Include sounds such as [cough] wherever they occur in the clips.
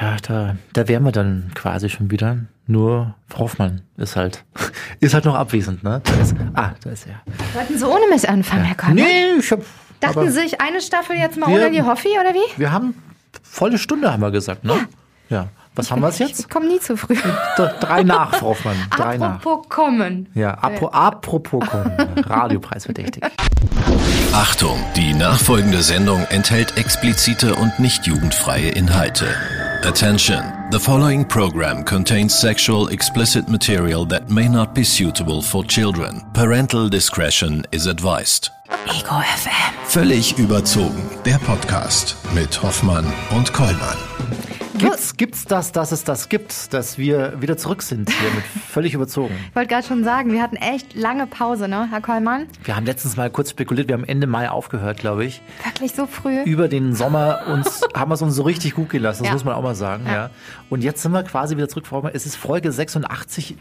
Ja, da, da wären wir dann quasi schon wieder. Nur Frau Hoffmann ist halt, [laughs] ist halt noch abwesend, ne? Da ist, ah, da ist er. Wollten Sie ohne mich anfangen, Herr Körner? Nee, ich hab. Dachten aber Sie sich eine Staffel jetzt mal Wir- ohne die Hoffi oder wie? Wir haben volle Stunde, haben wir gesagt, ne? Ja. Was haben wir es jetzt? Ich komme nie zu früh. D- Drei nach, Frau Hoffmann. Drei nach. Apropos kommen. Ja, apro apropos kommen. Radiopreis verdächtig. Achtung, die nachfolgende Sendung enthält explizite und nicht jugendfreie Inhalte. Attention, the following program contains sexual explicit material that may not be suitable for children. Parental discretion is advised. Ego FM. Völlig überzogen, der Podcast mit Hoffmann und Kollmann. Gibt's, gibt's das, dass es das gibt, dass wir wieder zurück sind hier mit völlig überzogen? Ich wollte gerade schon sagen, wir hatten echt lange Pause, ne, Herr Kollmann? Wir haben letztens mal kurz spekuliert, wir haben Ende Mai aufgehört, glaube ich. Wirklich so früh? Über den Sommer uns, [laughs] haben wir es uns so richtig gut gelassen, das Ja. muss man auch mal sagen. Ja. Und jetzt sind wir quasi wieder zurück, Frau Hoffmann. Es ist Folge 86.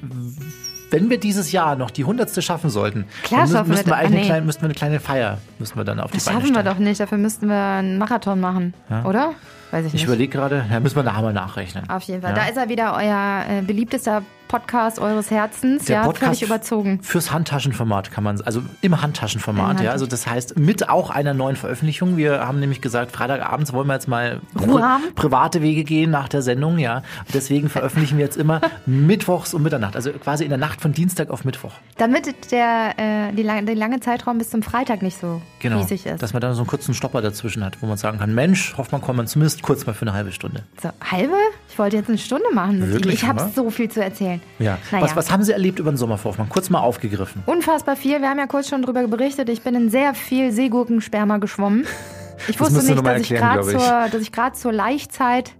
Wenn wir dieses Jahr noch die 100. schaffen sollten, Klar dann müssen, schaffen wir müssten wir eigentlich das. Ah, eine nee. kleine, müssten wir eine kleine Feier müssen wir dann auf Das die Beine schaffen wir stellen. doch nicht, dafür müssten wir einen Marathon machen, oder? Weiß ich Ich nicht. überlege gerade, da müssen wir nachher mal nachrechnen. Auf jeden Fall. Ja. Da ist er wieder, euer äh, beliebtester Podcast eures Herzens. ja, völlig überzogen. Fürs Handtaschenformat kann man, also im Handtaschenformat, Im ja. Also das heißt, mit auch einer neuen Veröffentlichung. Wir haben nämlich gesagt, Freitagabends wollen wir jetzt mal Ruhe haben. private Wege gehen nach der Sendung, ja. Und deswegen veröffentlichen wir jetzt [laughs] immer mittwochs um Mitternacht. Also quasi in der Nacht von Dienstag auf Mittwoch. Damit der, äh, die, lang, der lange Zeitraum bis zum Freitag nicht so Genau. riesig ist. Dass man dann so einen kurzen Stopper dazwischen hat, wo man sagen kann, Mensch, hofft man kommt man zumindest kurz mal für eine halbe Stunde. so, halbe? Ich wollte jetzt eine Stunde machen. das Wirklich, Lied. ich habe Hammer. so viel zu erzählen. Ja. Naja. Was, was haben Sie erlebt über den Sommer, Frau Hoffmann? Kurz mal aufgegriffen. Unfassbar viel. Wir haben ja kurz schon drüber berichtet. Ich bin in sehr viel Seegurkensperma geschwommen. Ich wusste musst du nicht, noch mal dass, ich erklären, grad glaub ich. Zur, dass ich gerade zur Laichzeit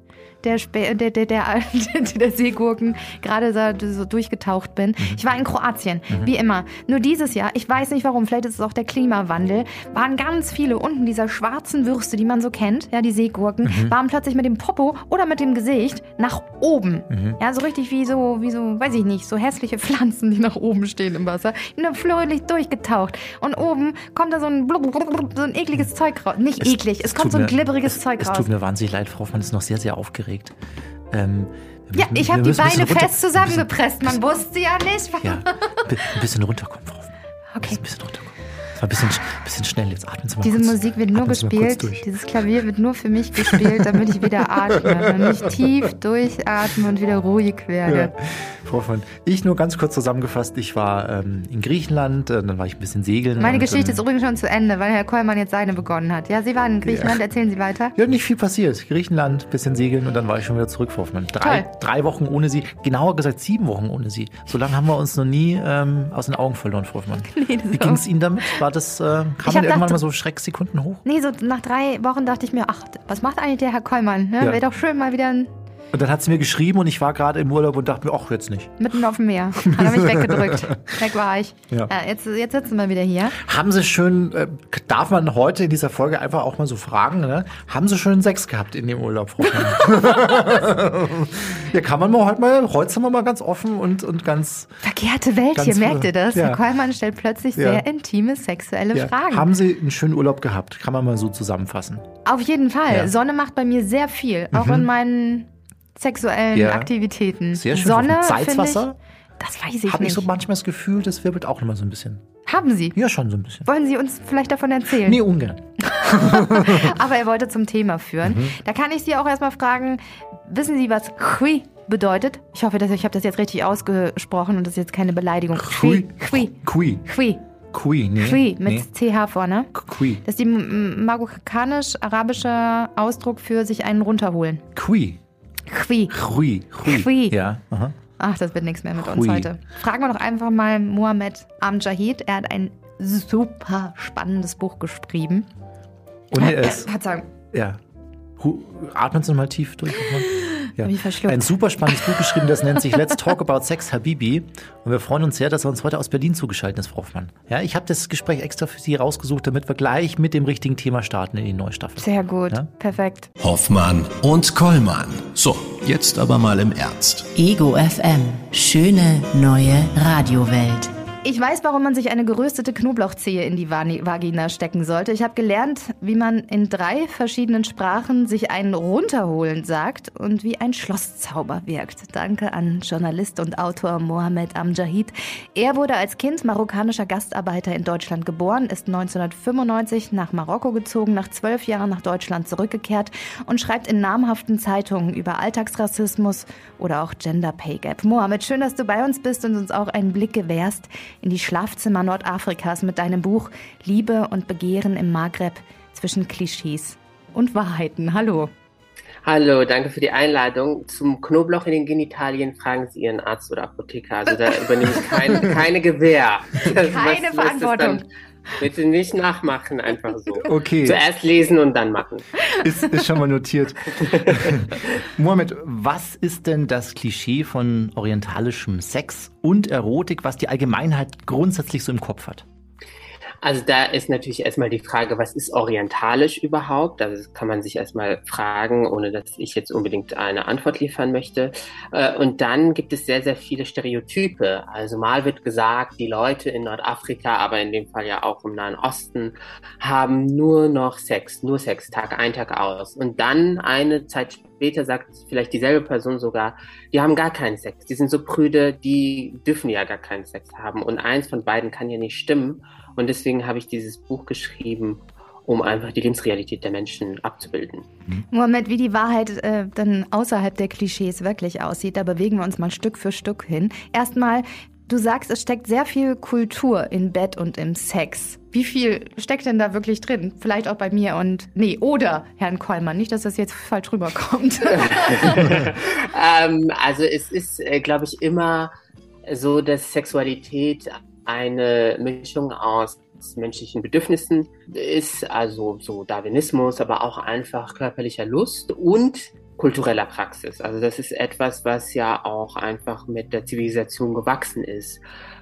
der, Spe der, der, der, [laughs] der Seegurken gerade so, so durchgetaucht bin. Mhm. Ich war in Kroatien, wie immer. Nur dieses Jahr, ich weiß nicht warum, vielleicht ist es auch der Klimawandel, waren ganz viele unten dieser schwarzen Würste, die man so kennt, ja, die Seegurken, Mhm. waren plötzlich mit dem Popo oder mit dem Gesicht nach oben. Mhm. Ja, so richtig wie so, wie so, weiß ich nicht, so hässliche Pflanzen, die nach oben stehen im Wasser. Und dann flöhlich durchgetaucht. Und oben kommt da so ein, blub, blub, blub, so ein ekliges Zeug raus. Nicht eklig, es kommt tut so ein mir- glibberiges es, Zeug es raus. tut mir wahnsinnig leid, Frau Hoffmann ist noch sehr, sehr aufgeregt. Ähm, wir Ja, müssen- ich wir habe die müssen ein Beine bisschen runter- fest zusammengepresst. Man wusste ja nicht. Ja, bi- ein bisschen runterkommen, Frau Hoffmann. Okay. Ein bisschen runterkommen. Das war ein bisschen, sch- bisschen schnell jetzt. Atmen Sie mal Diese kurz. Musik wird nur Atmen Sie mal kurz gespielt. durch. Dieses Klavier wird nur für mich gespielt, damit ich wieder atme. Damit ich tief durchatme und wieder ruhig werde. Frau Hoffmann, ich nur ganz kurz zusammengefasst. Ich war ähm, in Griechenland, äh, dann war ich ein bisschen segeln. Meine und, Geschichte ähm, ist übrigens schon zu Ende, weil Herr Kollmann jetzt seine begonnen hat. Ja, Sie waren in Griechenland. Erzählen Sie weiter. Ja, nicht viel passiert. Griechenland, bisschen segeln und dann war ich schon wieder zurück, Frau Hoffmann. Drei, Toll. drei Wochen ohne Sie, genauer gesagt sieben Wochen ohne Sie. So lange haben wir uns noch nie ähm, aus den Augen verloren, Frau Hoffmann. Wie ging es Ihnen damit? War das, äh, kam man irgendwann dachte- mal so Schrecksekunden hoch? Nee, so nach drei Wochen dachte ich mir, ach, was macht eigentlich der Herr Kollmann? Ne? Ja. Wäre doch schön, mal wieder ein- Und dann hat sie mir geschrieben und ich war gerade im Urlaub und dachte mir, ach, jetzt nicht. mitten auf dem [laughs] Meer. Hat er mich weggedrückt. Weg war ich. Ja. Ja, jetzt, jetzt sitzen wir wieder hier. Haben Sie schön, äh, darf man heute in dieser Folge einfach auch mal so fragen, ne? haben Sie schön Sex gehabt in dem Urlaub? Frau Hoffmann? [laughs] ja, kann man mal heute mal, heute sind wir mal ganz offen und, und ganz, Verkehrte Welt Ganz hier, früh. merkt ihr das? Ja. Herr Kollmann stellt plötzlich Ja. sehr intime sexuelle ja, Fragen. haben Sie einen schönen Urlaub gehabt? Kann man mal so zusammenfassen. Auf jeden Fall. Ja. Mhm. Sonne macht bei mir sehr viel, auch in meinen sexuellen Ja. Aktivitäten. Sehr schön. Sonne, Salzwasser? finde Ich, das weiß ich Habe ich nicht. so manchmal das Gefühl, das wirbelt auch nochmal so ein bisschen. Haben Sie? Ja, schon so ein bisschen. Wollen Sie uns vielleicht davon erzählen? Nee, ungern. Aber er wollte zum Thema führen. Mhm. Da kann ich Sie auch erstmal fragen, wissen Sie, was Chui bedeutet? Ich hoffe, dass ich habe das jetzt richtig ausgesprochen und das ist jetzt keine Beleidigung. Chui. Chui. Kui. Chui. Kui, nee. Chui nee. mit CH vorne. Kui. Das ist die m- marokkanisch-arabische Ausdruck für sich einen runterholen. Kui. Chui. Kui. Kui. Ja, aha. Ach, das wird nichts mehr mit uns Hui. heute. Fragen wir doch einfach mal Mohammed Amjahid. Er hat ein super spannendes Buch geschrieben. Äh, Und er ist. Verzeihung. Ja. Hu- Atmen Sie mal tief durch. [laughs] nochmal. Ja. Bin ich verschluckt. Ein super spannendes Buch geschrieben, das nennt sich Let's Talk About Sex Habibi. Und wir freuen uns sehr, dass er uns heute aus Berlin zugeschaltet ist, Frau Hoffmann. Ja, ich habe das Gespräch extra für Sie rausgesucht, damit wir gleich mit dem richtigen Thema starten in die neue Staffel. Sehr gut. Ja? Perfekt. Hoffmann und Kollmann. So, jetzt aber mal im Ernst. Ego FM. Schöne neue Radiowelt. Ich weiß, warum man sich eine geröstete Knoblauchzehe in die Vani- Vagina stecken sollte. Ich habe gelernt, wie man in drei verschiedenen Sprachen sich einen runterholen sagt und wie ein Schlosszauber wirkt. Danke an Journalist und Autor Mohamed Amjahid. Er wurde als Kind marokkanischer Gastarbeiter in Deutschland geboren, ist 1995 nach Marokko gezogen, nach zwölf Jahren nach Deutschland zurückgekehrt und schreibt in namhaften Zeitungen über Alltagsrassismus oder auch Gender Pay Gap. Mohamed, schön, dass du bei uns bist und uns auch einen Blick gewährst in die Schlafzimmer Nordafrikas mit deinem Buch Liebe und Begehren im Maghreb zwischen Klischees und Wahrheiten. Hallo. Hallo, danke für die Einladung. Zum Knoblauch in den Genitalien fragen Sie Ihren Arzt oder Apotheker. Also da übernehme ich kein, [laughs] keine Gewähr. Das- was- Keine das Verantwortung. dann- Bitte nicht nachmachen, einfach [laughs] so. Okay. Zuerst lesen und dann machen. Ist, ist schon mal notiert. Mohammed, was ist denn das Klischee von orientalischem Sex und Erotik, was die Allgemeinheit grundsätzlich so im Kopf hat? Also da ist natürlich erstmal die Frage, was ist orientalisch überhaupt? Also das kann man sich erstmal fragen, ohne dass ich jetzt unbedingt eine Antwort liefern möchte. Äh, Und dann gibt es sehr, sehr viele Stereotype. Also mal wird gesagt, die Leute in Nordafrika, aber in dem Fall ja auch im Nahen Osten, haben nur noch Sex, nur Sex, Tag ein, Tag aus. Und dann eine Zeit später sagt vielleicht dieselbe Person sogar, die haben gar keinen Sex, die sind so prüde, die dürfen ja gar keinen Sex haben. Und eins von beiden kann ja nicht stimmen. Und deswegen habe ich dieses Buch geschrieben, um einfach die Lebensrealität der Menschen abzubilden. Moment, wie die Wahrheit äh, dann außerhalb der Klischees wirklich aussieht, da bewegen wir uns mal Stück für Stück hin. Erstmal, du sagst, es steckt sehr viel Kultur im Bett und im Sex. Wie viel steckt denn da wirklich drin? Vielleicht auch bei mir und nee, oder Herrn Kollmann, nicht, dass das jetzt falsch rüberkommt. Ähm, also es ist, äh, glaube ich, immer so, dass Sexualität eine Mischung aus menschlichen Bedürfnissen ist, also so Darwinismus, aber auch einfach körperlicher Lust und kultureller Praxis. Also das ist etwas, was ja auch einfach mit der Zivilisation gewachsen ist.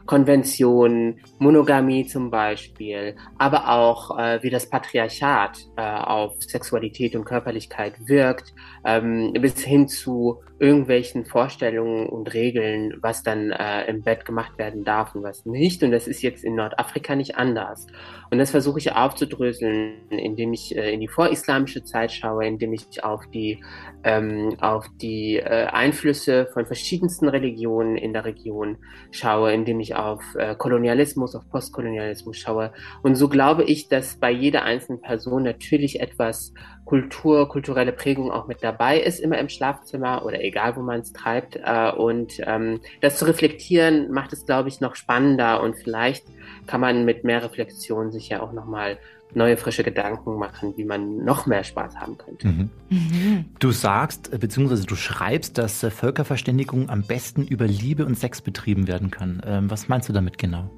Konventionen, Monogamie zum Beispiel, aber auch äh, wie das Patriarchat äh, auf Sexualität und Körperlichkeit wirkt, ähm, bis hin zu irgendwelchen Vorstellungen und Regeln, was dann äh, im Bett gemacht werden darf und was nicht. Und das ist jetzt in Nordafrika nicht anders. Und das versuche ich aufzudröseln, indem ich äh, in die vorislamische Zeit schaue, indem ich auf die, ähm, auf die äh, Einflüsse von verschiedensten Religionen in der Region schaue, indem ich auf äh, Kolonialismus, auf Postkolonialismus schaue. Und so glaube ich, dass bei jeder einzelnen Person natürlich etwas Kultur, kulturelle Prägung auch mit dabei ist, immer im Schlafzimmer oder egal, wo man es treibt. Äh, und ähm, das zu reflektieren, macht es, glaube ich, noch spannender und vielleicht kann man mit mehr Reflexion sich ja auch nochmal neue, frische Gedanken machen, wie man noch mehr Spaß haben könnte. Mhm. Du sagst, äh, beziehungsweise du schreibst, dass äh, Völkerverständigung am besten über Liebe und Sex betrieben werden kann. Ähm, was meinst du damit genau?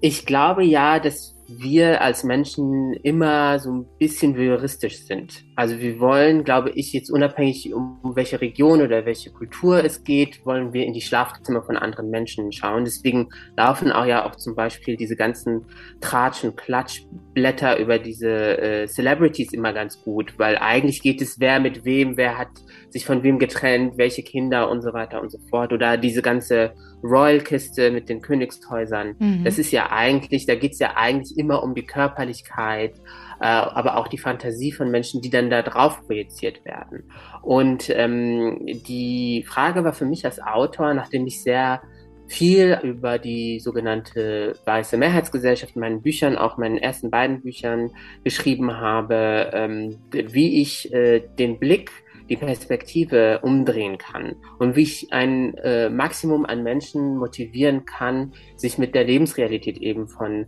Ich glaube ja, dass wir als Menschen immer so ein bisschen voyeuristisch sind. Also wir wollen, glaube ich, jetzt unabhängig um welche Region oder welche Kultur es geht, wollen wir in die Schlafzimmer von anderen Menschen schauen. Deswegen laufen auch ja auch zum Beispiel diese ganzen Tratsch- und Klatschblätter über diese äh, Celebrities immer ganz gut, weil eigentlich geht es, wer mit wem, wer hat sich von wem getrennt, welche Kinder und so weiter und so fort. Oder diese ganze Royal-Kiste mit den Königshäusern. Mhm. Das ist ja eigentlich, da geht's ja eigentlich immer um die Körperlichkeit, äh, aber auch die Fantasie von Menschen, die dann da drauf projiziert werden. Und ähm, die Frage war für mich als Autor, nachdem ich sehr viel über die sogenannte weiße Mehrheitsgesellschaft in meinen Büchern, auch meinen ersten beiden Büchern geschrieben habe, ähm, wie ich äh, den Blick, die Perspektive umdrehen kann und wie ich ein äh, Maximum an Menschen motivieren kann, sich mit der Lebensrealität eben von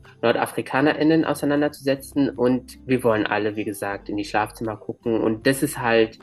NordafrikanerInnen auseinanderzusetzen. Und wir wollen alle, wie gesagt, in die Schlafzimmer gucken. Und das ist halt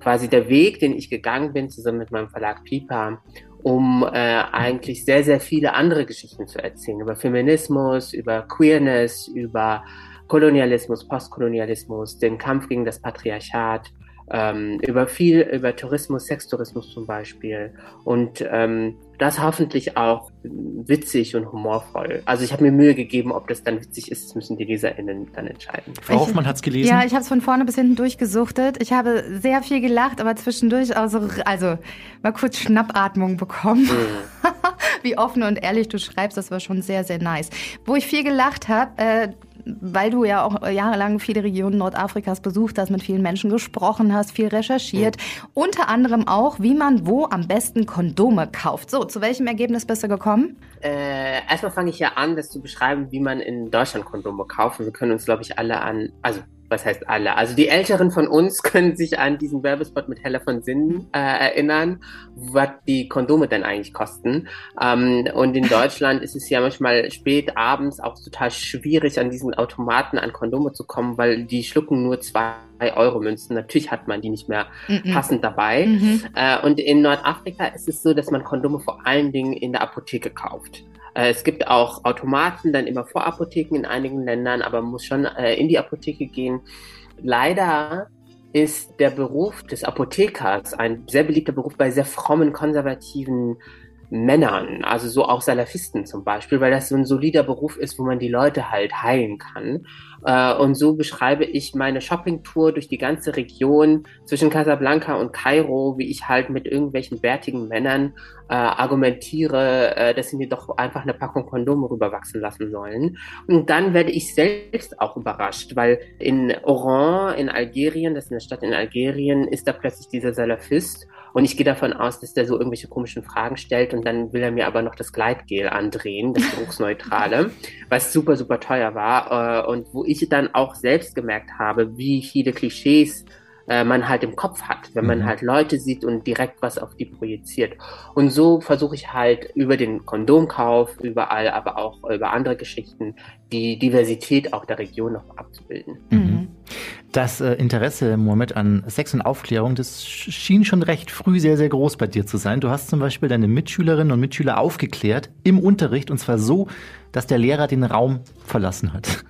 quasi der Weg, den ich gegangen bin, zusammen mit meinem Verlag Pipa, um äh, eigentlich sehr, sehr viele andere Geschichten zu erzählen. Über Feminismus, über Queerness, über Kolonialismus, Postkolonialismus, den Kampf gegen das Patriarchat. Ähm, über viel, über Tourismus, Sextourismus zum Beispiel. Und ähm, das hoffentlich auch witzig und humorvoll. Also ich habe mir Mühe gegeben, ob das dann witzig ist, das müssen die LeserInnen dann entscheiden. Frau Hoffmann hat es gelesen. Ja, ich habe es von vorne bis hinten durchgesuchtet. Ich habe sehr viel Mhm. gelacht, aber zwischendurch auch so, also mal kurz Schnappatmung bekommen. [laughs] wie offen und ehrlich du schreibst, das war schon sehr, sehr nice. Wo ich viel gelacht habe, äh, weil du ja auch jahrelang viele Regionen Nordafrikas besucht hast, mit vielen Menschen gesprochen hast, viel recherchiert. Mhm. Unter anderem auch, wie man wo am besten Kondome kauft. So, zu welchem Ergebnis bist du gekommen? Äh, erstmal fange ich ja an, das zu beschreiben, wie man in Deutschland Kondome kauft. Und wir können uns, glaube ich, alle an, also was heißt alle? Also die Älteren von uns [laughs] können sich an diesen Werbespot mit Hella von Sinnen äh, erinnern, was die Kondome denn eigentlich kosten. Ähm, und in Deutschland ist es ja manchmal spät abends auch total schwierig, an diesen Automaten an Kondome zu kommen, weil die schlucken nur zwei Euro Münzen. Natürlich hat man die nicht mehr Mhm. passend dabei. Mhm. Äh, und in Nordafrika ist es so, dass man Kondome vor allen Dingen in der Apotheke kauft. Äh, Es gibt auch Automaten, dann immer vor Apotheken in einigen Ländern, aber man muss schon äh, in die Apotheke gehen. Leider ist der Beruf des Apothekers ein sehr beliebter Beruf bei sehr frommen, konservativen Männern, also so auch Salafisten zum Beispiel, weil das so ein solider Beruf ist, wo man die Leute halt heilen kann. Äh, Und so beschreibe ich meine Shoppingtour durch die ganze Region zwischen Casablanca und Kairo, wie ich halt mit irgendwelchen bärtigen Männern äh, argumentiere, äh, dass sie mir doch einfach eine Packung Kondome rüberwachsen lassen sollen. Und dann werde ich selbst auch überrascht, weil in Oran, in Algerien, das ist eine Stadt in Algerien, ist da plötzlich dieser Salafist. Und ich gehe davon aus, dass der so irgendwelche komischen Fragen stellt und dann will er mir aber noch das Gleitgel andrehen, das geruchsneutrale, was super, super teuer war. äh, Und wo ich dann auch selbst gemerkt habe, wie viele Klischees äh, man halt im Kopf hat, wenn man halt Leute sieht und direkt was auf die projiziert. Und so versuche ich halt über den Kondomkauf, überall, aber auch über andere Geschichten, die Diversität auch der Region noch abzubilden. Mhm. Das äh, Interesse, Mohammed, an Sex und Aufklärung, das sch- schien schon recht früh sehr, sehr groß bei dir zu sein. Du hast zum Beispiel deine Mitschülerinnen und Mitschüler aufgeklärt im Unterricht und zwar so, dass der Lehrer den Raum verlassen hat.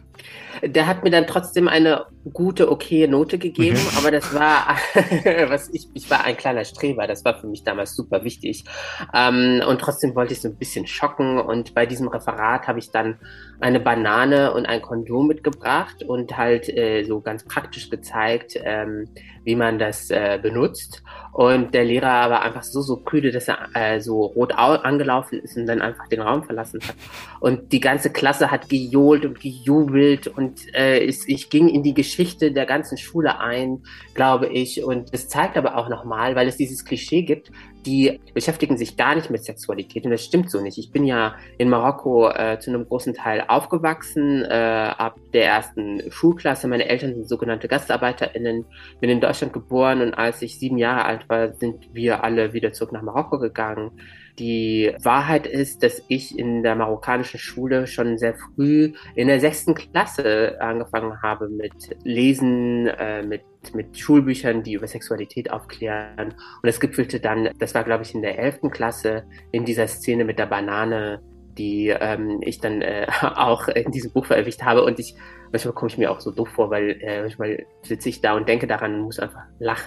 Der hat mir dann trotzdem eine gute, okaye Note gegeben, aber das war, [laughs] was ich, ich war ein kleiner Streber, das war für mich damals super wichtig. Ähm, und trotzdem wollte ich so ein bisschen schocken und bei diesem Referat habe ich dann eine Banane und ein Kondom mitgebracht und halt äh, so ganz praktisch gezeigt, ähm, wie man das äh, benutzt. Und der Lehrer war einfach so, so prüde, dass er äh, so rot au- angelaufen ist und dann einfach den Raum verlassen hat. Und die ganze Klasse hat gejohlt und gejubelt und äh, ich, ich ging in die Geschichte der ganzen Schule ein, glaube ich. Und es zeigt aber auch nochmal, weil es dieses Klischee gibt, die beschäftigen sich gar nicht mit Sexualität und das stimmt so nicht. Ich bin ja in Marokko äh, zu einem großen Teil aufgewachsen, äh, ab der ersten Schulklasse. Meine Eltern sind sogenannte GastarbeiterInnen, bin in Deutschland geboren und als ich sieben Jahre alt war, sind wir alle wieder zurück nach Marokko gegangen. Die Wahrheit ist, dass ich in der marokkanischen Schule schon sehr früh in der sechsten Klasse angefangen habe mit Lesen, äh, mit, mit Schulbüchern, die über Sexualität aufklären. Und es gipfelte dann, das war glaube ich in der elften Klasse, in dieser Szene mit der Banane, die ähm, ich dann äh, [laughs] auch in diesem Buch verewigt habe. Und ich, manchmal komme ich mir auch so doof vor, weil äh, manchmal sitze ich da und denke daran und muss einfach lachen,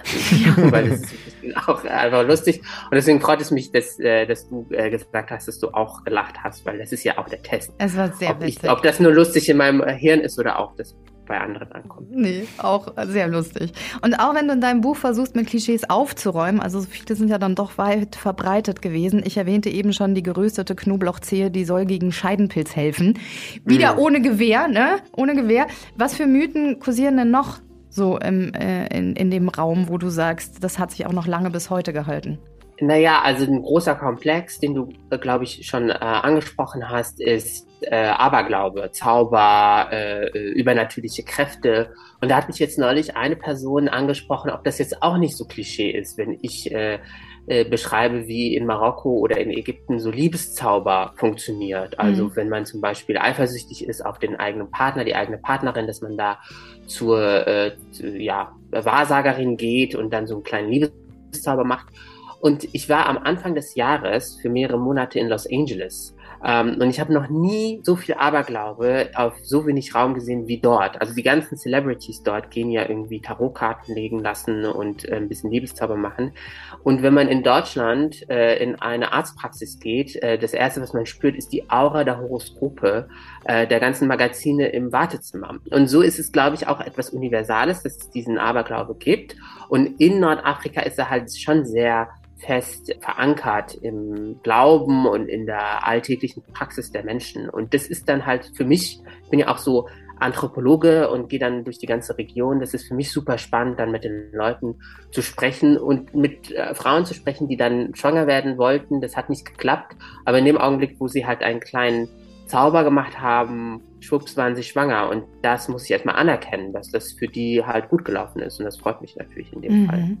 weil es ist ein bisschen auch einfach lustig. Und deswegen freut es mich, dass, äh, dass du äh, gesagt hast, dass du auch gelacht hast, weil das ist ja auch der Test. Es war sehr ob, witzig. ich, ob das nur lustig in meinem äh, Hirn ist oder auch das bei anderen ankommt. Nee, auch sehr lustig. Und auch wenn du in deinem Buch versuchst, mit Klischees aufzuräumen, also viele sind ja dann doch weit verbreitet gewesen. Ich erwähnte eben schon die geröstete Knoblauchzehe, die soll gegen Scheidenpilz helfen. Wieder Mhm. ohne Gewehr, ne? Ohne Gewehr. Was für Mythen kursieren denn noch so im, äh, in, in dem Raum, wo du sagst, das hat sich auch noch lange bis heute gehalten? Naja, also ein großer Komplex, den du, glaube ich, schon äh, angesprochen hast, ist äh, Aberglaube, Zauber, äh, äh, übernatürliche Kräfte. Und da hat mich jetzt neulich eine Person angesprochen, ob das jetzt auch nicht so Klischee ist, wenn ich äh, äh, beschreibe, wie in Marokko oder in Ägypten so Liebeszauber funktioniert. Also Mhm. wenn man zum Beispiel eifersüchtig ist auf den eigenen Partner, die eigene Partnerin, dass man da zur äh, zu, ja, Wahrsagerin geht und dann so einen kleinen Liebeszauber macht. Und ich war am Anfang des Jahres für mehrere Monate in Los Angeles. Ähm, und ich habe noch nie so viel Aberglaube auf so wenig Raum gesehen wie dort. Also die ganzen Celebrities dort gehen ja irgendwie Tarotkarten legen lassen und äh, ein bisschen Liebeszauber machen. Und wenn man in Deutschland äh, in eine Arztpraxis geht, äh, das Erste, was man spürt, ist die Aura der Horoskope, äh, der ganzen Magazine im Wartezimmer. Und so ist es, glaube ich, auch etwas Universales, dass es diesen Aberglaube gibt. Und in Nordafrika ist er halt schon sehr fest verankert im Glauben und in der alltäglichen Praxis der Menschen. Und das ist dann halt für mich, ich bin ja auch so Anthropologe und gehe dann durch die ganze Region. Das ist für mich super spannend, dann mit den Leuten zu sprechen und mit äh, Frauen zu sprechen, die dann schwanger werden wollten. Das hat nicht geklappt. Aber in dem Augenblick, wo sie halt einen kleinen Zauber gemacht haben, schwupps waren sie schwanger. Und das muss ich erstmal anerkennen, dass das für die halt gut gelaufen ist. Und das freut mich natürlich in Mhm. dem Fall.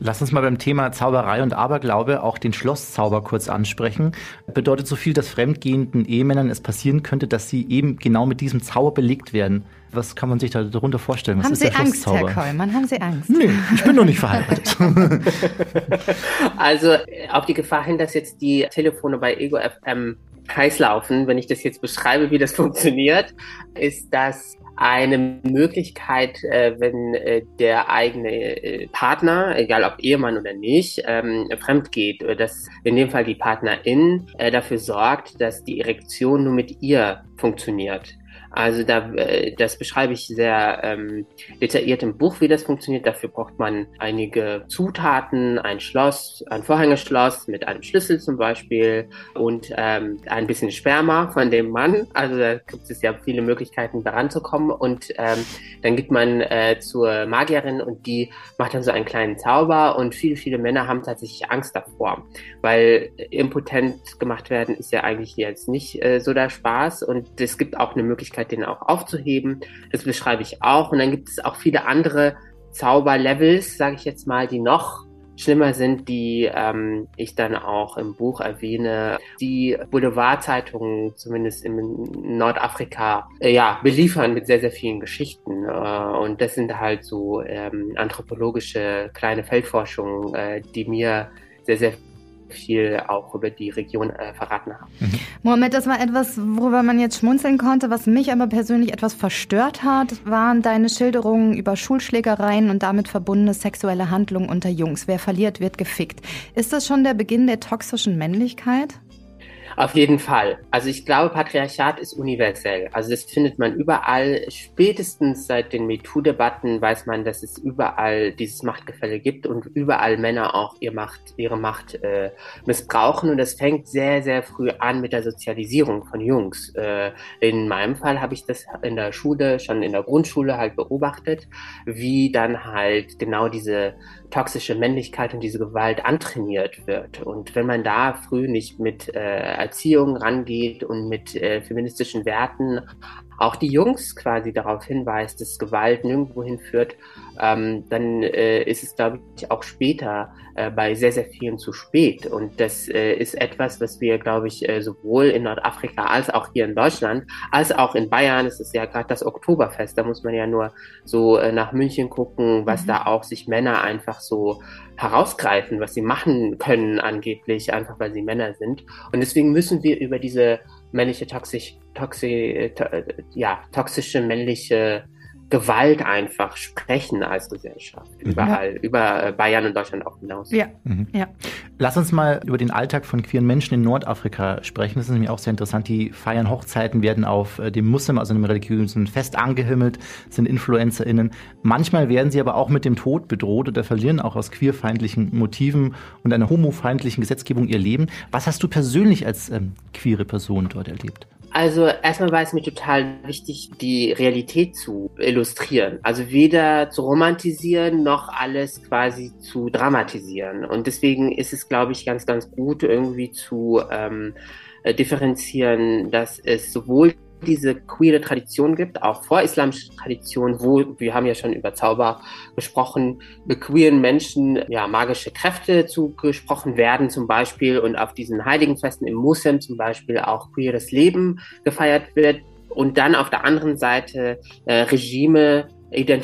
Lass uns mal beim Thema Zauberei und Aberglaube auch den Schlosszauber kurz ansprechen. Bedeutet so viel, dass fremdgehenden Ehemännern es passieren könnte, dass sie eben genau mit diesem Zauber belegt werden. Was kann man sich da darunter vorstellen? Was Haben ist Sie der Angst, Herr Schlosszauber? Kollmann? Haben Sie Angst? Nee, ich bin noch nicht verheiratet. [laughs] [laughs] Also äh, auf die Gefahr hin, dass jetzt die Telefone bei Ego FM heiß laufen, wenn ich das jetzt beschreibe, wie das [laughs] funktioniert, ist das eine Möglichkeit, äh, wenn äh, der eigene äh, Partner, egal ob Ehemann oder nicht, ähm, fremd geht, oder dass in dem Fall die Partnerin äh, dafür sorgt, dass die Erektion nur mit ihr funktioniert. Also da, äh, das beschreibe ich sehr ähm, detailliert im Buch, wie das funktioniert. Dafür braucht man einige Zutaten, ein Schloss, ein Vorhängeschloss mit einem Schlüssel zum Beispiel und ähm, ein bisschen Sperma von dem Mann. Also da gibt es ja viele Möglichkeiten, daran zu kommen. Und ähm, dann geht man äh, zur Magierin und die macht dann so einen kleinen Zauber. Und viele, viele Männer haben tatsächlich Angst davor, weil impotent gemacht werden ist ja eigentlich jetzt nicht äh, so der Spaß. Und es gibt auch eine Möglichkeit, den auch aufzuheben. Das beschreibe ich auch. Und dann gibt es auch viele andere Zauberlevels, sage ich jetzt mal, die noch schlimmer sind, die ähm, ich dann auch im Buch erwähne. Die Boulevardzeitungen, zumindest in Nordafrika, äh, ja, beliefern mit sehr, sehr vielen Geschichten. Äh, und das sind halt so ähm, anthropologische kleine Feldforschungen, äh, die mir sehr, sehr viel auch über die Region äh, verraten haben. Mohammed, das war etwas, worüber man jetzt schmunzeln konnte. Was mich aber persönlich etwas verstört hat, waren deine Schilderungen über Schulschlägereien und damit verbundene sexuelle Handlungen unter Jungs. Wer verliert, wird gefickt. Ist das schon der Beginn der toxischen Männlichkeit? Auf jeden Fall. Also ich glaube, Patriarchat ist universell. Also das findet man überall. Spätestens seit den MeToo-Debatten weiß man, dass es überall dieses Machtgefälle gibt und überall Männer auch ihr Macht, ihre Macht äh, missbrauchen. Und das fängt sehr, sehr früh an mit der Sozialisierung von Jungs. Äh, in meinem Fall habe ich das in der Schule, schon in der Grundschule halt beobachtet, wie dann halt genau diese toxische Männlichkeit und diese Gewalt antrainiert wird. Und wenn man da früh nicht mit äh, Erziehung rangeht und mit äh, feministischen Werten auch die Jungs quasi darauf hinweist, dass Gewalt nirgendwo hinführt, ähm, dann äh, ist es, glaube ich, auch später äh, bei sehr, sehr vielen zu spät. Und das äh, ist etwas, was wir, glaube ich, äh, sowohl in Nordafrika als auch hier in Deutschland, als auch in Bayern, es ist ja gerade das Oktoberfest, da muss man ja nur so äh, nach München gucken, was da auch sich Männer einfach so herausgreifen, was sie machen können angeblich, einfach weil sie Männer sind. Und deswegen müssen wir über diese männliche toxisch, toxi, äh, to, ja, toxische männliche Gewalt einfach sprechen als Gesellschaft. Überall, über äh, Bayern und Deutschland auch hinaus. Ja, ja. Lass uns mal über den Alltag von queeren Menschen in Nordafrika sprechen. Das ist nämlich auch sehr interessant. Die feiern Hochzeiten, werden auf äh, dem Muslim, also einem religiösen Fest angehimmelt, sind InfluencerInnen. Manchmal werden sie aber auch mit dem Tod bedroht oder verlieren auch aus queerfeindlichen Motiven und einer homofeindlichen Gesetzgebung ihr Leben. Was hast du persönlich als ähm, queere Person dort erlebt? Also erstmal war es mir total wichtig, die Realität zu illustrieren. Also weder zu romantisieren noch alles quasi zu dramatisieren. Und deswegen ist es, glaube ich, ganz, ganz gut irgendwie zu ähm, äh, differenzieren, dass es sowohl diese queere Tradition gibt, auch vorislamische Tradition, wo, wir haben ja schon über Zauber gesprochen, mit queeren Menschen ja magische Kräfte zugesprochen werden zum Beispiel und auf diesen heiligen Festen im Muslim zum Beispiel auch queeres Leben gefeiert wird und dann auf der anderen Seite äh, Regime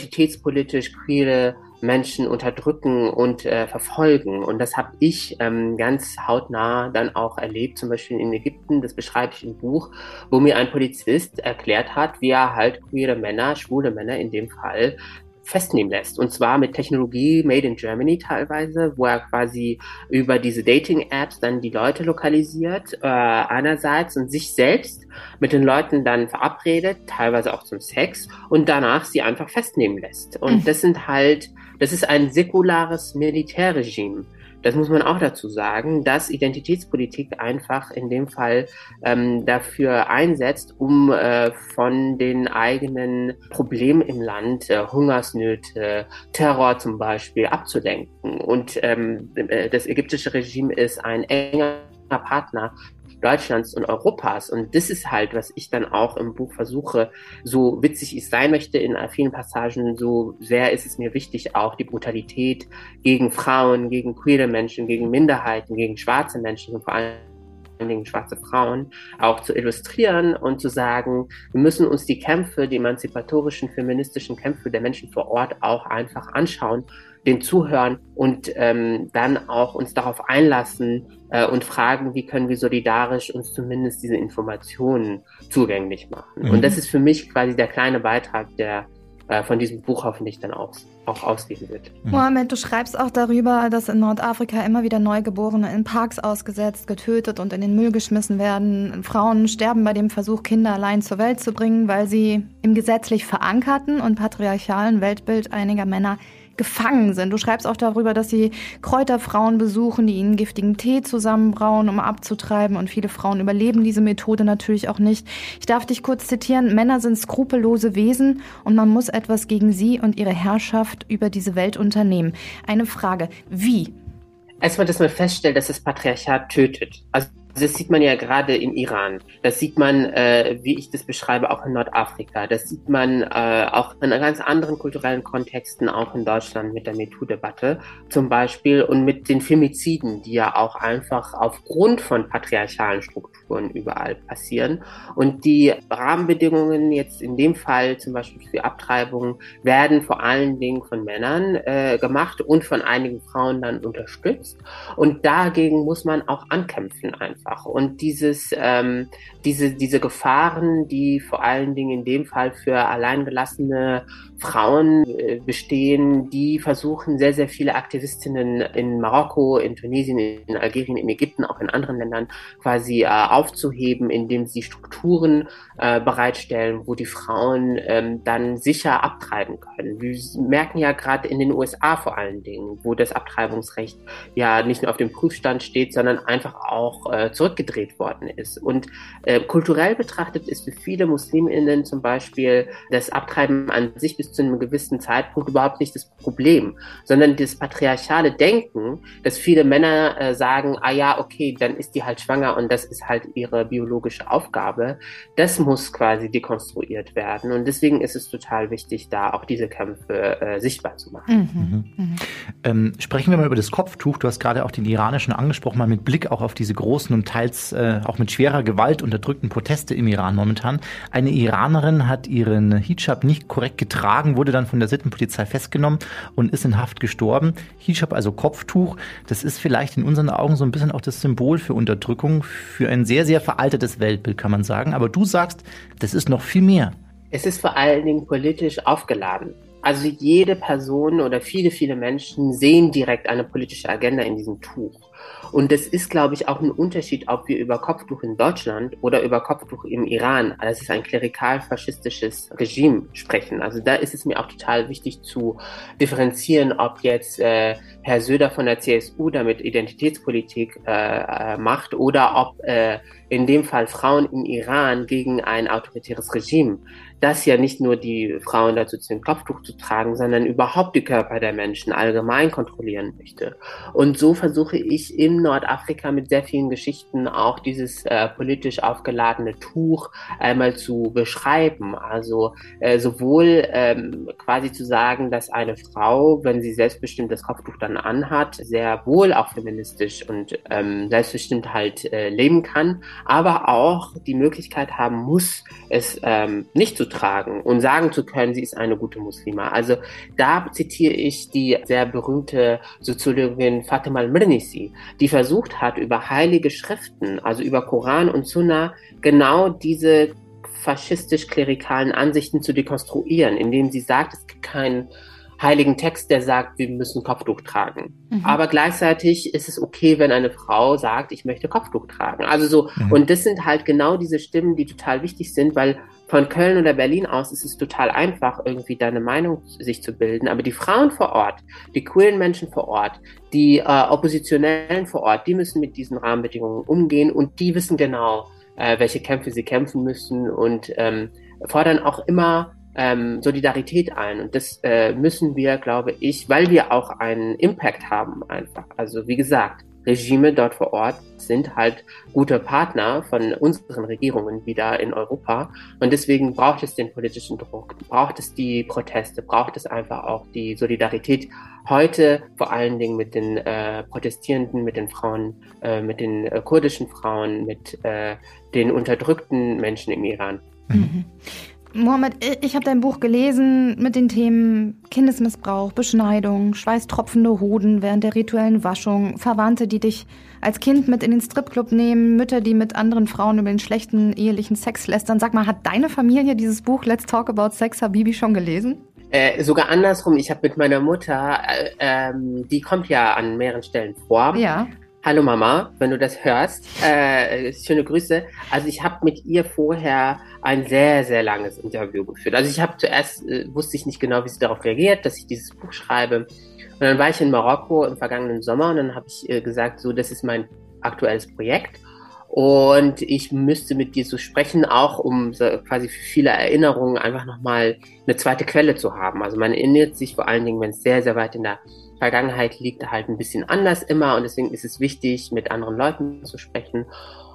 identitätspolitisch queere Menschen unterdrücken und äh, verfolgen. Und das habe ich ähm, ganz hautnah dann auch erlebt, zum Beispiel in Ägypten, das beschreibe ich im Buch, wo mir ein Polizist erklärt hat, wie er halt queere Männer, schwule Männer in dem Fall, festnehmen lässt. Und zwar mit Technologie Made in Germany teilweise, wo er quasi über diese Dating-Apps dann die Leute lokalisiert, äh, einerseits und sich selbst mit den Leuten dann verabredet, teilweise auch zum Sex und danach sie einfach festnehmen lässt. Und das sind halt, das ist ein säkulares Militärregime das muss man auch dazu sagen, dass Identitätspolitik einfach in dem Fall ähm, dafür einsetzt, um äh, von den eigenen Problemen im Land, äh, Hungersnöte, Terror zum Beispiel, abzulenken. Und ähm, das ägyptische Regime ist ein enger Partner Deutschlands und Europas. Und das ist halt, was ich dann auch im Buch versuche, so witzig ich sein möchte in vielen Passagen, so sehr ist es mir wichtig, auch die Brutalität gegen Frauen, gegen queere Menschen, gegen Minderheiten, gegen schwarze Menschen und vor allem Dingen schwarze Frauen auch zu illustrieren und zu sagen, wir müssen uns die Kämpfe, die emanzipatorischen, feministischen Kämpfe der Menschen vor Ort auch einfach anschauen, den zuhören und ähm, dann auch uns darauf einlassen, äh, und fragen, wie können wir solidarisch uns zumindest diese Informationen zugänglich machen. Mhm. Und das ist für mich quasi der kleine Beitrag, der äh, von diesem Buch hoffentlich dann auch, auch ausgehen wird. Mhm. Mohamed, du schreibst auch darüber, dass in Nordafrika immer wieder Neugeborene in Parks ausgesetzt, getötet und in den Müll geschmissen werden. Frauen sterben bei dem Versuch, Kinder allein zur Welt zu bringen, weil sie im gesetzlich verankerten und patriarchalen Weltbild einiger Männer gefangen sind. Du schreibst auch darüber, dass sie Kräuterfrauen besuchen, die ihnen giftigen Tee zusammenbrauen, um abzutreiben. Und viele Frauen überleben diese Methode natürlich auch nicht. Ich darf dich kurz zitieren. Männer sind skrupellose Wesen und man muss etwas gegen sie und ihre Herrschaft über diese Welt unternehmen. Eine Frage. Wie? Erstmal, dass man feststellt, dass das Patriarchat tötet. Also das sieht man ja gerade im Iran. Das sieht man, äh, wie ich das beschreibe, auch in Nordafrika. Das sieht man äh, auch in ganz anderen kulturellen Kontexten, auch in Deutschland mit der MeToo-Debatte zum Beispiel und mit den Femiziden, die ja auch einfach aufgrund von patriarchalen Strukturen überall passieren. Und die Rahmenbedingungen jetzt in dem Fall zum Beispiel für Abtreibungen werden vor allen Dingen von Männern äh, gemacht und von einigen Frauen dann unterstützt. Und dagegen muss man auch ankämpfen einfach. Und dieses, ähm, diese, diese Gefahren, die vor allen Dingen in dem Fall für alleingelassene Frauen äh, bestehen, die versuchen sehr, sehr viele Aktivistinnen in Marokko, in Tunesien, in Algerien, in Ägypten, auch in anderen Ländern quasi äh, aufzuheben, indem sie Strukturen äh, bereitstellen, wo die Frauen ähm, dann sicher abtreiben können. Wir merken ja gerade in den USA vor allen Dingen, wo das Abtreibungsrecht ja nicht nur auf dem Prüfstand steht, sondern einfach auch äh, zurückgedreht worden ist. Und äh, kulturell betrachtet ist für viele Musliminnen zum Beispiel das Abtreiben an sich bis zu einem gewissen Zeitpunkt überhaupt nicht das Problem, sondern das patriarchale Denken, dass viele Männer äh, sagen, ah ja, okay, dann ist die halt schwanger und das ist halt ihre biologische Aufgabe. Das muss quasi dekonstruiert werden. Und deswegen ist es total wichtig, da auch diese Kämpfe äh, sichtbar zu machen. Mhm. Mhm. Ähm, sprechen wir mal über das Kopftuch. Du hast gerade auch den iranischen angesprochen, mal mit Blick auch auf diese großen und teils äh, auch mit schwerer Gewalt unterdrückten Proteste im Iran momentan. Eine Iranerin hat ihren Hijab nicht korrekt getragen, wurde dann von der Sittenpolizei festgenommen und ist in Haft gestorben. Hijab, also Kopftuch, das ist vielleicht in unseren Augen so ein bisschen auch das Symbol für Unterdrückung, für ein sehr, sehr veraltetes Weltbild, kann man sagen. Aber du sagst, das ist noch viel mehr. Es ist vor allen Dingen politisch aufgeladen. Also jede Person oder viele, viele Menschen sehen direkt eine politische Agenda in diesem Tuch. Und das ist, glaube ich, auch ein Unterschied, ob wir über Kopftuch in Deutschland oder über Kopftuch im Iran, das ist ein klerikal-faschistisches Regime, sprechen. Also da ist es mir auch total wichtig zu differenzieren, ob jetzt äh, Herr Söder von der CSU damit Identitätspolitik äh, macht oder ob äh, in dem Fall Frauen im Iran gegen ein autoritäres Regime dass ja nicht nur die Frauen dazu zwingt, Kopftuch zu tragen, sondern überhaupt die Körper der Menschen allgemein kontrollieren möchte. Und so versuche ich in Nordafrika mit sehr vielen Geschichten auch dieses äh, politisch aufgeladene Tuch einmal zu beschreiben. Also äh, sowohl ähm, quasi zu sagen, dass eine Frau, wenn sie selbstbestimmt das Kopftuch dann anhat, sehr wohl auch feministisch und ähm, selbstbestimmt halt äh, leben kann, aber auch die Möglichkeit haben muss, es ähm, nicht zu tragen und sagen zu können, sie ist eine gute Muslima. Also da zitiere ich die sehr berühmte Soziologin Fatima al-Mirnisi, die versucht hat, über heilige Schriften, also über Koran und Sunna, genau diese faschistisch-klerikalen Ansichten zu dekonstruieren, indem sie sagt, es gibt keinen heiligen Text, der sagt, wir müssen Kopftuch tragen. Mhm. Aber gleichzeitig ist es okay, wenn eine Frau sagt, ich möchte Kopftuch tragen. Also so, mhm. und das sind halt genau diese Stimmen, die total wichtig sind, weil Von Köln oder Berlin aus ist es total einfach, irgendwie deine Meinung sich zu bilden. Aber die Frauen vor Ort, die queeren Menschen vor Ort, die äh, Oppositionellen vor Ort, die müssen mit diesen Rahmenbedingungen umgehen und die wissen genau, äh, welche Kämpfe sie kämpfen müssen und ähm, fordern auch immer ähm, Solidarität ein. Und das äh, müssen wir, glaube ich, weil wir auch einen Impact haben einfach. Also wie gesagt, Regime dort vor Ort sind halt gute Partner von unseren Regierungen wieder in Europa. Und deswegen braucht es den politischen Druck, braucht es die Proteste, braucht es einfach auch die Solidarität heute, vor allen Dingen mit den äh, Protestierenden, mit den Frauen, äh, mit den äh, kurdischen Frauen, mit äh, den unterdrückten Menschen im Iran. Mhm. Mohammed, i- ich habe dein Buch gelesen mit den Themen Kindesmissbrauch, Beschneidung, schweißtropfende Hoden während der rituellen Waschung, Verwandte, die dich als Kind mit in den Stripclub nehmen, Mütter, die mit anderen Frauen über den schlechten ehelichen Sex lästern. Sag mal, hat deine Familie dieses Buch Let's Talk About Sex Habibi schon gelesen? Äh, sogar andersrum, ich habe mit meiner Mutter, äh, ähm, die kommt ja an mehreren Stellen vor. Ja. Hallo Mama, wenn du das hörst, äh, schöne Grüße. Also ich habe mit ihr vorher ein sehr, sehr langes Interview geführt. Also ich habe zuerst, äh, wusste ich nicht genau, wie sie darauf reagiert, dass ich dieses Buch schreibe. Und dann war ich in Marokko im vergangenen Sommer und dann habe ich äh, gesagt, so, das ist mein aktuelles Projekt. Und ich müsste mit dir so sprechen, auch um so quasi für viele Erinnerungen einfach nochmal eine zweite Quelle zu haben. Also man erinnert sich vor allen Dingen, wenn es sehr, sehr weit in der Vergangenheit liegt, halt ein bisschen anders immer. Und deswegen ist es wichtig, mit anderen Leuten zu sprechen.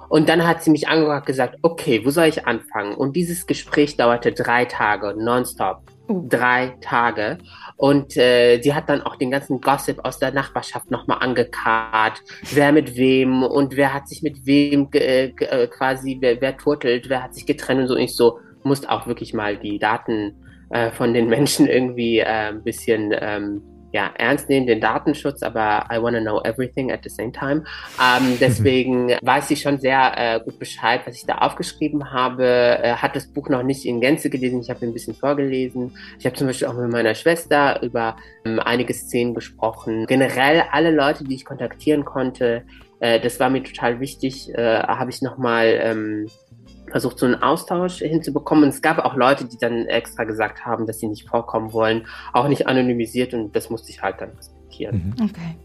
Und dann hat sie mich angeguckt und gesagt, okay, wo soll ich anfangen? Und dieses Gespräch dauerte drei Tage, nonstop. Oh. Drei Tage. Und äh, sie hat dann auch den ganzen Gossip aus der Nachbarschaft nochmal angekarrt. Wer mit wem und wer hat sich mit wem ge- äh, ge- äh, quasi, wer, wer turtelt, wer hat sich getrennt und so. Und ich so, musst auch wirklich mal die Daten äh, von den Menschen irgendwie äh, ein bisschen ähm, ja, ernst nehmen, den Datenschutz, aber I wanna know everything at the same time. Ähm, deswegen weiß ich schon sehr äh, gut Bescheid, was ich da aufgeschrieben habe. Äh, hat das Buch noch nicht in Gänze gelesen, ich habe ein bisschen vorgelesen. Ich habe zum Beispiel auch mit meiner Schwester über ähm, einige Szenen gesprochen. Generell alle Leute, die ich kontaktieren konnte, äh, das war mir total wichtig, äh, habe ich nochmal ähm, versucht, so einen Austausch hinzubekommen. Und es gab auch Leute, die dann extra gesagt haben, dass sie nicht vorkommen wollen, auch nicht anonymisiert und das musste ich halt dann respektieren. Okay.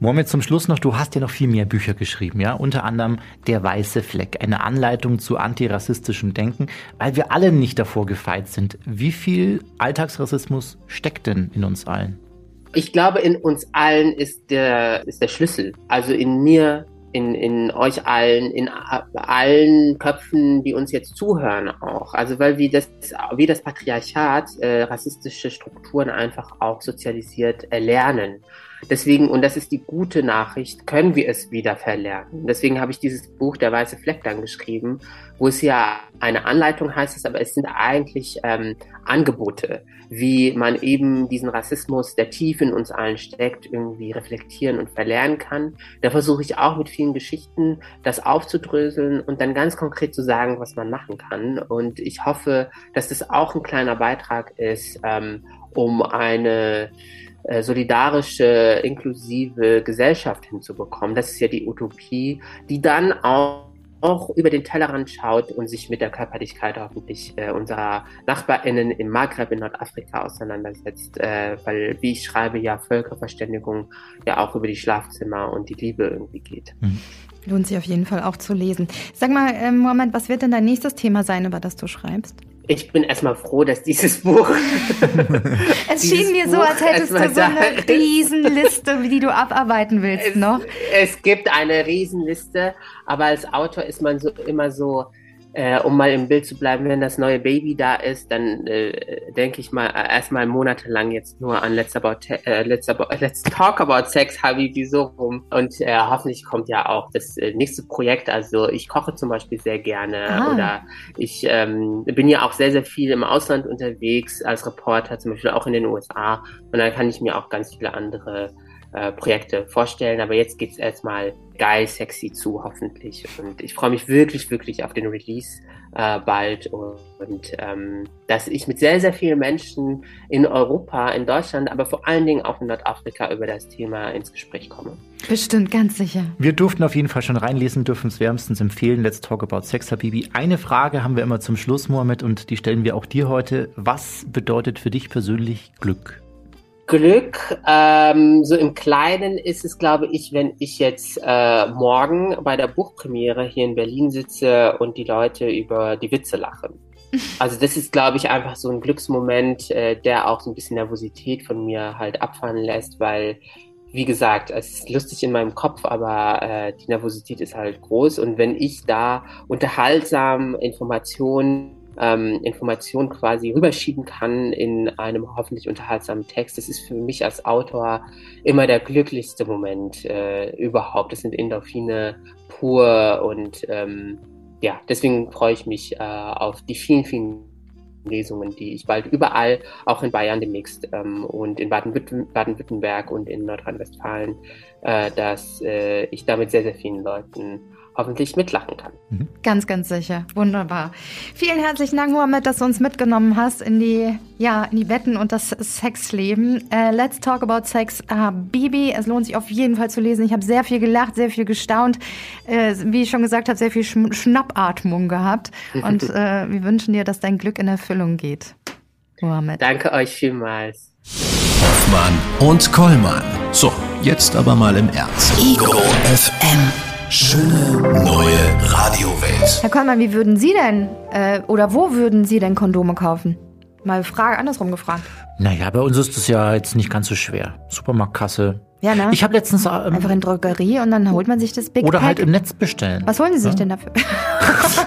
Mohammed, zum Schluss noch, du hast ja noch viel mehr Bücher geschrieben, ja? Unter anderem Der weiße Fleck, eine Anleitung zu antirassistischem Denken, weil wir alle nicht davor gefeit sind. Wie viel Alltagsrassismus steckt denn in uns allen? Ich glaube, in uns allen ist der, ist der Schlüssel. Also in mir, in, in euch allen, in a- allen Köpfen, die uns jetzt zuhören auch. Also weil wie das, wie das Patriarchat äh, rassistische Strukturen einfach auch sozialisiert erlernen. Deswegen, und das ist die gute Nachricht, können wir es wieder verlernen. Deswegen habe ich dieses Buch Der weiße Fleck dann geschrieben, wo es ja eine Anleitung heißt, es, aber es sind eigentlich ähm, Angebote, wie man eben diesen Rassismus, der tief in uns allen steckt, irgendwie reflektieren und verlernen kann. Da versuche ich auch mit vielen Geschichten das aufzudröseln und dann ganz konkret zu sagen, was man machen kann. Und ich hoffe, dass das auch ein kleiner Beitrag ist, ähm, um eine äh, solidarische, inklusive Gesellschaft hinzubekommen. Das ist ja die Utopie, die dann auch, auch über den Tellerrand schaut und sich mit der Körperlichkeit hoffentlich äh, unserer NachbarInnen im Maghreb, in Nordafrika auseinandersetzt. Äh, weil, wie ich schreibe, ja Völkerverständigung ja auch über die Schlafzimmer und die Liebe irgendwie geht. Lohnt sich auf jeden Fall auch zu lesen. Sag mal, äh, Mohammed, was wird denn dein nächstes Thema sein, über das du schreibst? Ich bin erstmal froh, dass dieses Buch Es Dieses schien mir so, Buch als hättest du erstmal so da eine ist. [laughs] Riesenliste, die du abarbeiten willst ne? noch. Es gibt eine Riesenliste, aber als Autor ist man so immer so, äh, um mal im Bild zu bleiben, wenn das neue Baby da ist, dann äh, denke ich mal äh, erstmal monatelang jetzt nur an Let's, about, äh, let's, about, let's Talk About Sex, Habibi, so rum. Und äh, hoffentlich kommt ja auch das äh, nächste Projekt. Also ich koche zum Beispiel sehr gerne Ah. oder ich ähm, bin ja auch sehr, sehr viel im Ausland unterwegs als Reporter, zum Beispiel auch in den USA. Und dann kann ich mir auch ganz viele andere äh, Projekte vorstellen. Aber jetzt geht's erstmal geil sexy zu, hoffentlich. Und ich freue mich wirklich, wirklich auf den Release äh, bald und, und ähm, dass ich mit sehr, sehr vielen Menschen in Europa, in Deutschland, aber vor allen Dingen auch in Nordafrika über das Thema ins Gespräch komme. Bestimmt, ganz sicher. Wir durften auf jeden Fall schon reinlesen, dürfen es wärmstens empfehlen. Let's talk about Sex, Habibi. Eine Frage haben wir immer zum Schluss, Mohammed, und die stellen wir auch dir heute. Was bedeutet für dich persönlich Glück? Glück, ähm, so im Kleinen ist es, glaube ich, wenn ich jetzt äh, morgen bei der Buchpremiere hier in Berlin sitze und die Leute über die Witze lachen. Also das ist, glaube ich, einfach so ein Glücksmoment, äh, der auch so ein bisschen Nervosität von mir halt abfahren lässt, weil, wie gesagt, es ist lustig in meinem Kopf, aber äh, die Nervosität ist halt groß. Und wenn ich da unterhaltsam Informationen ähm, Information quasi rüberschieben kann in einem hoffentlich unterhaltsamen Text. Das ist für mich als Autor immer der glücklichste Moment äh, überhaupt. Das sind Endorphine pur und ähm, ja, deswegen freue ich mich äh, auf die vielen, vielen Lesungen, die ich bald überall, auch in Bayern demnächst ähm, und in Baden-Württemberg Baden und in Nordrhein-Westfalen, äh, dass ich damit sehr, sehr vielen Leuten hoffentlich mitlachen kann. Ganz, ganz sicher. Wunderbar. Vielen herzlichen Dank, Mohammed, dass du uns mitgenommen hast in die, ja, in die Betten und das Sexleben. Äh, let's talk about Sex, äh, Bibi. Es lohnt sich auf jeden Fall zu lesen. Ich habe sehr viel gelacht, sehr viel gestaunt. Äh, wie ich schon gesagt habe, sehr viel Sch Schnappatmung gehabt. [laughs] Und äh, wir wünschen dir, dass dein Glück in Erfüllung geht. Mohammed. Danke euch vielmals. Hoffmann und Kollmann. So, jetzt aber mal im Ernst. Ego FM. Schöne neue Radiowelt. Herr Kollmann, wie würden Sie denn äh, oder wo würden Sie denn Kondome kaufen? Mal Frage andersrum gefragt. Naja, bei uns ist es ja jetzt nicht ganz so schwer. Supermarktkasse. Ja, ne? Ich habe letztens. Ähm, Einfach in Drogerie und dann holt man sich das Big oder halt Pack. im Netz bestellen. Was holen Sie sich denn dafür? [laughs]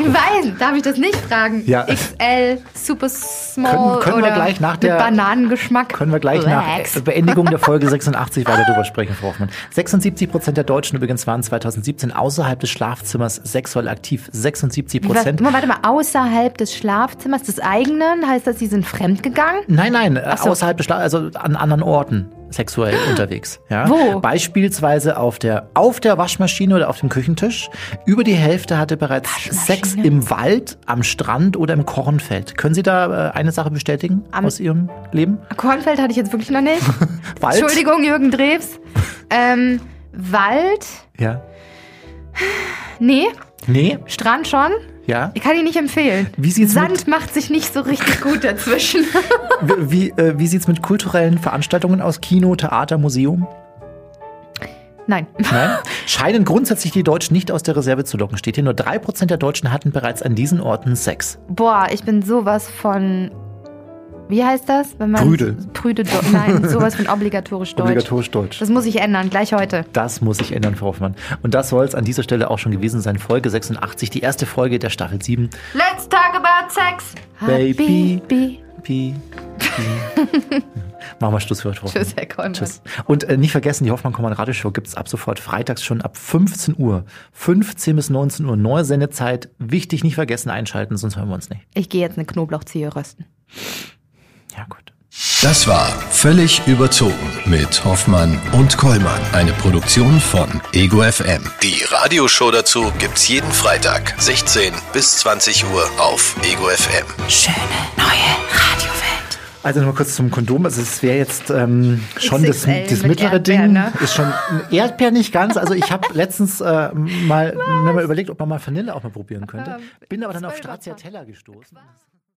Weil, darf ich das nicht fragen? Ja. XL, Super Small Können- können wir oder gleich nach der- mit Bananengeschmack. Können wir gleich Relax. nach Beendigung der Folge 86 weiter drüber sprechen, Frau Hoffmann. 76 Prozent der Deutschen übrigens waren 2017 außerhalb des Schlafzimmers sexuell aktiv. 76 Wie, was, Prozent. Moment, warte mal, außerhalb des Schlafzimmers, des eigenen, heißt das, Sie sind fremdgegangen? Nein, nein, äh, so. Ah. außerhalb des Schla- also an anderen Orten sexuell unterwegs. Ja? Wo? Beispielsweise auf der, auf der Waschmaschine oder auf dem Küchentisch. Über die Hälfte hatte bereits Sex im Wald, am Strand oder im Kornfeld. Können Sie da äh, eine Sache bestätigen aus Ihrem Leben? Kornfeld hatte ich jetzt wirklich [laughs] noch nicht. Wald? Entschuldigung, Jürgen Drebs. Ähm, Wald? Ja. Nee, Nee? Strand schon. Ja? Ich kann ihn nicht empfehlen. Wie sieht's Sand mit- macht sich nicht so richtig [laughs] gut dazwischen. [laughs] Wie, wie, äh, wie sieht es mit kulturellen Veranstaltungen aus? Kino, Theater, Museum? Nein. Nein? Scheinen grundsätzlich die Deutschen nicht aus der Reserve zu locken. Steht hier, nur 3% der Deutschen hatten bereits an diesen Orten Sex. Boah, ich bin sowas von. Wie heißt das? Wenn man Prüde. Prüde. Do- Nein, sowas von obligatorisch deutsch. deutsch. Das muss ich ändern, gleich heute. Das muss sich ändern, Frau Hoffmann. Und das soll es an dieser Stelle auch schon gewesen sein. Folge 86, die erste Folge der Staffel 7. Let's talk about sex. Baby. Baby. Pi, [laughs] pi. Machen wir Schluss für heute. Frau Hoffmann. Tschüss, Herr Kollmann. Tschüss. Und äh, nicht vergessen, die Hoffmann Kommand Radio Show gibt es ab sofort freitags schon ab 15 Uhr. 15 bis 19 Uhr, neue Sendezeit. Wichtig, nicht vergessen einschalten, sonst hören wir uns nicht. Ich gehe jetzt eine Knoblauchzehe rösten. Ja, gut. Das war Völlig überzogen mit Hoffmann und Kollmann. Eine Produktion von Ego FM. Die Radioshow dazu gibt's jeden Freitag 16 bis 20 Uhr auf Ego FM. Schöne neue Radiowelt. Also nochmal kurz zum Kondom. Also es wäre jetzt ähm, schon das, XXL das mit mittlere Erdbeeren, Ding. ne? Ist schon Erdbeer nicht ganz. Also ich habe letztens äh, Ähm, mal, mir mal überlegt, ob man mal Vanille auch mal probieren könnte. Bin aber dann auf Zwölfer. Stracciatella gestoßen.